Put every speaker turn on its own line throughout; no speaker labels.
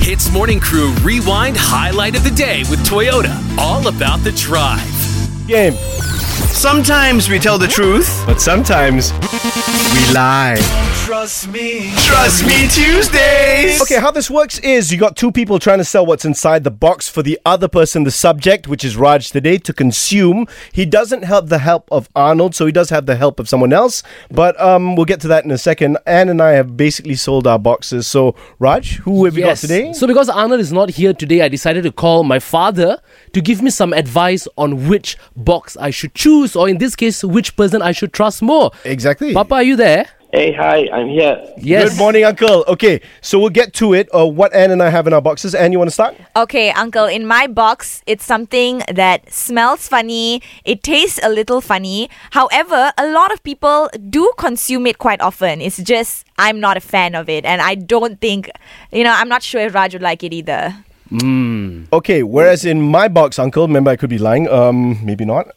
Hits Morning Crew Rewind Highlight of the Day with Toyota. All about the drive.
Game.
Sometimes we tell the truth.
But sometimes we lie.
Trust me Tuesdays.
Okay, how this works is you got two people trying to sell what's inside the box for the other person, the subject, which is Raj today, to consume. He doesn't have the help of Arnold, so he does have the help of someone else. But um, we'll get to that in a second. Anne and I have basically sold our boxes. So, Raj, who have we
Yes.
got today?
So because Arnold is not here today, I decided to call my father to give me some advice on which box I should choose, or in this case, which person I should trust more.
exactly.
Papa, are you there?
Hey, hi, I'm here.
Yes.
Good morning, Uncle. Okay, so we'll get to it. Uh, what Anne and I have in our boxes. Anne, you want to start?
Okay, uncle, in my box, it's something that smells funny, it tastes a little funny. However, a lot of people do consume it quite often. It's just I'm not a fan of it and I don't think, you know, I'm not sure if Raj would like it either.
Okay, whereas in my box, Uncle, remember I could be lying, um, maybe not.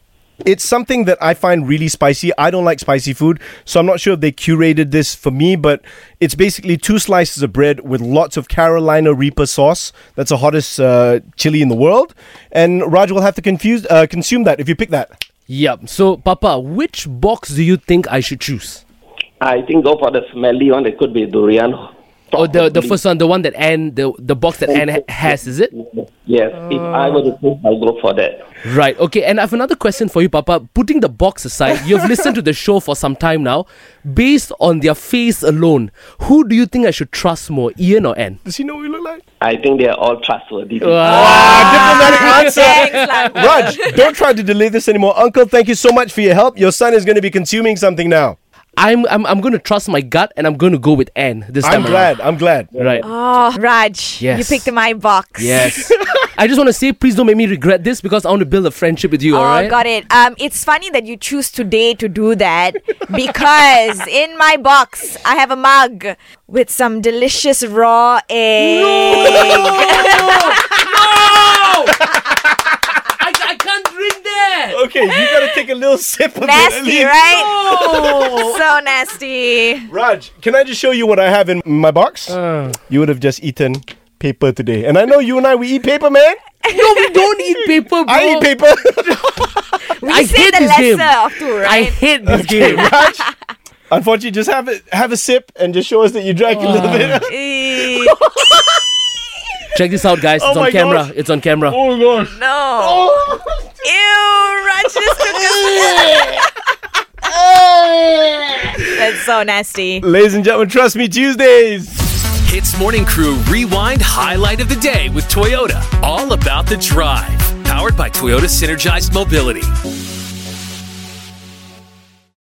It's something that I find really spicy. I don't like spicy food, so I'm not sure if they curated this for me, but it's basically two slices of bread with lots of Carolina Reaper sauce. That's the hottest uh, chili in the world. And Raj will have to confuse, uh, consume that if you pick that.
Yep. So Papa, which box do you think I should choose?
I think go for the smelly one. It could be durian.
Or Oh, the the first one, the one that Anne, the the box that Anne ha- has, is it?
Yes, if I were to choose, I'll go for that.
Right. Okay. And I have another question for you, Papa. Putting the box aside, you've listened to the show for some time now. Based on their face alone, who do you think I should trust more, Ian or Anne?
Does he know what you look like?
I think they are all trustworthy.
Thanks, Lan.
Raj, don't try to delay this anymore. Uncle, thank you so much for your help. Your son is going to be consuming something now.
I'm I'm I'm gonna trust my gut and I'm gonna go with Anne this time.
I'm glad. I'm glad.
around. Right.
Oh, Raj,
Yes.
you picked my box.
Yes. I just want to say, please don't make me regret this because I want to build a friendship with you. all
Oh,
right.
got it. Um, it's funny that you choose today to do that because in my box I have a mug with some delicious raw egg.
I, I can't drink that.
Okay, you got to take a little sip of it. at
Nasty,
least.
right? so nasty.
Raj, can I just show you what I have in my box? You would have just eaten paper today. And I know you and I, we eat paper, man.
No, we don't eat paper, bro.
I eat paper.
We
I
say
hate
the
this
lesser
game.
of two,
I
right?
hate this game.
Raj, unfortunately, just have a, have a sip and just show us that you drank a little bit.
Eh,
Check this out, guys. It's
Oh my
on camera.
gosh.
It's on camera.
Oh, gosh.
no. Ew, Raj just took a- That's so nasty.
Ladies and gentlemen, trust me, Tuesdays.
Hits Morning Crew Rewind Highlight of the Day with Toyota. All about the drive. Powered by Toyota Synergized Mobility.